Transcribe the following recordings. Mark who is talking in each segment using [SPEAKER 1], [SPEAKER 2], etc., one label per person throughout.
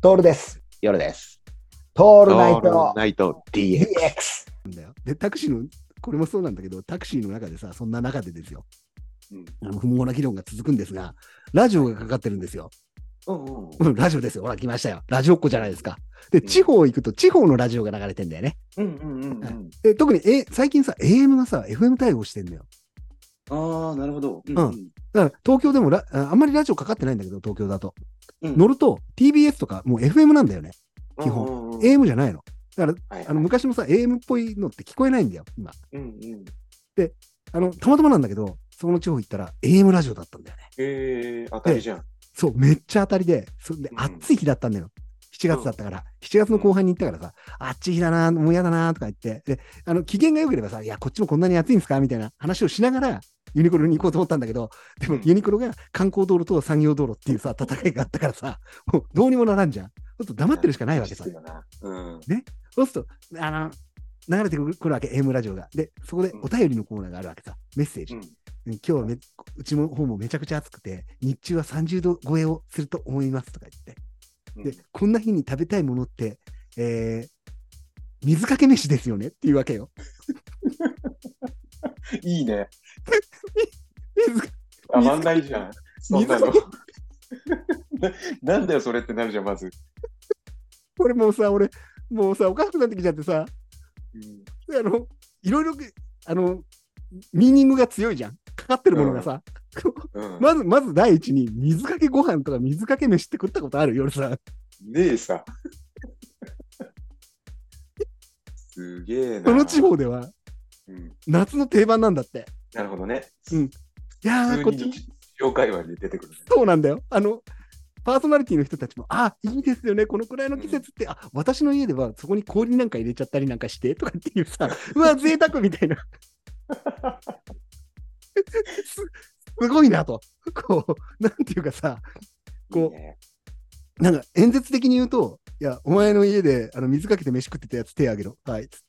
[SPEAKER 1] トールです。
[SPEAKER 2] 夜です。
[SPEAKER 1] ト
[SPEAKER 2] オ
[SPEAKER 1] ールナイト
[SPEAKER 2] ナイト DX。
[SPEAKER 1] DX。
[SPEAKER 3] なんだよ。で、タクシーの、これもそうなんだけど、タクシーの中でさ、そんな中でですよ。
[SPEAKER 2] うん
[SPEAKER 3] あの不毛な議論が続くんですが、ラジオがかかってるんですよ。
[SPEAKER 2] うんうん
[SPEAKER 3] うんラジオですよ。ほら、来ましたよ。ラジオっ子じゃないですか。で、
[SPEAKER 2] ん
[SPEAKER 3] 地方行くと、地方のラジオが流れてんだよね。
[SPEAKER 2] うんうんうん。
[SPEAKER 3] で特に、え、最近さ、AM がさ、FM 対応してんだよ。
[SPEAKER 2] ああ、なるほど。う
[SPEAKER 3] だから、東京でもラ、ああんまりラジオかかってないんだけど、東京だと。
[SPEAKER 2] うん
[SPEAKER 3] 乗ると、TBS とか、もう FM なんだよね。基本
[SPEAKER 2] 本
[SPEAKER 3] AM じゃないの。だから、
[SPEAKER 2] はい
[SPEAKER 3] あの、昔のさ、AM っぽいのって聞こえないんだよ、今。
[SPEAKER 2] うんうん。
[SPEAKER 3] あの、たまたまなんだけど、その地方行ったら、AM ラジオだったんだよね。
[SPEAKER 2] ええ、当たりじゃん。
[SPEAKER 3] そう、めっちゃ当たりで、それで
[SPEAKER 2] うん
[SPEAKER 3] 暑い日だったんだよ。7月だったから、7月の後半に行ったからさ、あっちい日だな、もう嫌だなとか言って、で、あの、機嫌が良ければさ、いや、こっちもこんなに暑いんですかみたいな話をしながら、ユニクロに行こうと思ったんだけど、で
[SPEAKER 2] う
[SPEAKER 3] も
[SPEAKER 2] ん
[SPEAKER 3] ユニクロが観光道路と産業道路っていうさ、戦いがあったからさ、もうどうにもならんじゃん。ちょっと黙ってるしかないわけさ。
[SPEAKER 2] うん。
[SPEAKER 3] そうすると、あの、流れてくるわけ、AM ラジオが。で、そこでお便りのコーナーがあるわけさ、メッセージ。うん今日はめうちの方もめちゃくちゃ暑くて、日中は30度超えをすると思いますとか言って、で、こんな日に食べたいものって、えー水かけ飯ですよねっていうわけよ。
[SPEAKER 2] いいね。
[SPEAKER 3] 水か
[SPEAKER 2] たまんないじゃん。そんなの。 なんだよ、それってなるじゃん、まず。
[SPEAKER 3] これもうさ、俺、もうさ、おかしくなってきちゃってさ、あの、いろいろ、あの、ミーニングが強いじゃん。かかってるものがさ、
[SPEAKER 2] うん。
[SPEAKER 3] まず、まず第一に、水かけご飯とか水かけ飯って食ったことある夜さ。
[SPEAKER 2] ねえさ。すげえな。
[SPEAKER 3] その地方では、
[SPEAKER 2] うん。
[SPEAKER 3] 夏の定番なんだって。
[SPEAKER 2] なるほどね。
[SPEAKER 3] いやー、こ
[SPEAKER 2] 普
[SPEAKER 3] っ
[SPEAKER 2] 通
[SPEAKER 3] ち
[SPEAKER 2] に。業界話に出てくるね。
[SPEAKER 3] そうなんだよ。あの、パーソナリティの人たちも、あ、いいですよね、このくらいの季節って、あ、私の家ではそこに氷なんか入れちゃったりなんかしてとかっていうさ、うわ、贅沢みたいな。 すすごいなと。こう、なんていうかさ、こ
[SPEAKER 2] いいね
[SPEAKER 3] う、なんか演説的に言うと、いや、お前の家であの水かけて飯食ってたやつ手あげろ。はい、つっ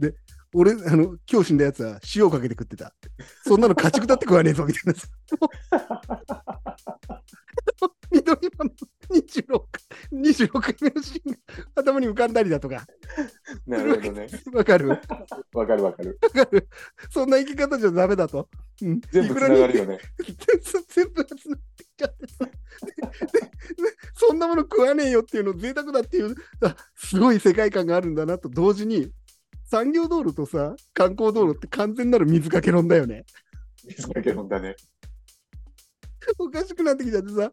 [SPEAKER 3] て。で、俺、あの、今日死んだやつは塩かけて食ってた。そんなの家畜だって食わねえぞ、みたいなさ。 緑色の26回 ,26 回目のシーンが頭に浮かんだりだとか、
[SPEAKER 2] なるほどね。
[SPEAKER 3] わかる
[SPEAKER 2] わかるわかる。
[SPEAKER 3] そんな生き方じゃダメだと。うん、
[SPEAKER 2] 全部つながるよね。
[SPEAKER 3] いくらに全部つながってきちゃってさででそんなもの食わねえよっていうの贅沢だっていうあすごい世界観があるんだなと同時に産業道路とさ観光道路って完全なる水かけ論だよね。
[SPEAKER 2] 水かけ飲んだね。
[SPEAKER 3] おかしくなってきちゃってさ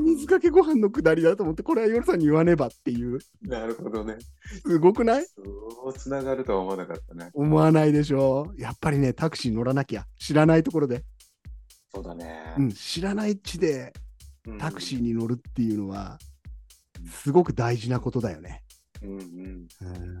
[SPEAKER 3] 水かけご飯のくだりだと思ってこれは夜さんに言わねばっていう
[SPEAKER 2] なるほどね。
[SPEAKER 3] すごくない
[SPEAKER 2] そうつながるとは思わなかったね。
[SPEAKER 3] 思わないでしょやっぱりね、タクシー乗らなきゃ、知らないところで、
[SPEAKER 2] そうだね
[SPEAKER 3] うん、知らない地でタクシーに乗るっていうのは
[SPEAKER 2] う、ん
[SPEAKER 3] すごく大事なことだよね。
[SPEAKER 2] ー。うんうん。
[SPEAKER 3] うん